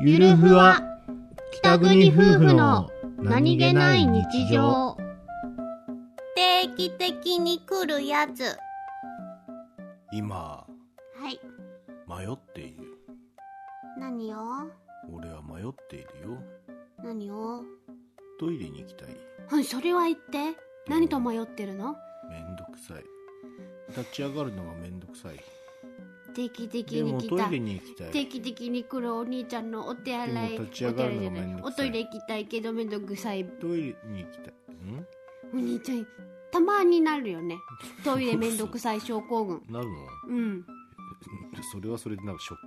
ゆるふわ北国夫婦の定期的に来るやつ今はい迷っている何を俺は迷っているよ何をトイレに行きたいはいそれは言って何と迷ってるのめんどくさい立ち上がるのがめんどくさい定期的でにも来トたイレに行きた定い期的に来るお兄ちゃんのお手洗いでも立ち上がるのがお手洗いじゃないめんどおくさトいイレ行きたいけどめんどくさいトイレに行きたいんお兄ちゃんたまになるよねトイレめんどくさい症候群 なるのうんそれはそれでなんかショック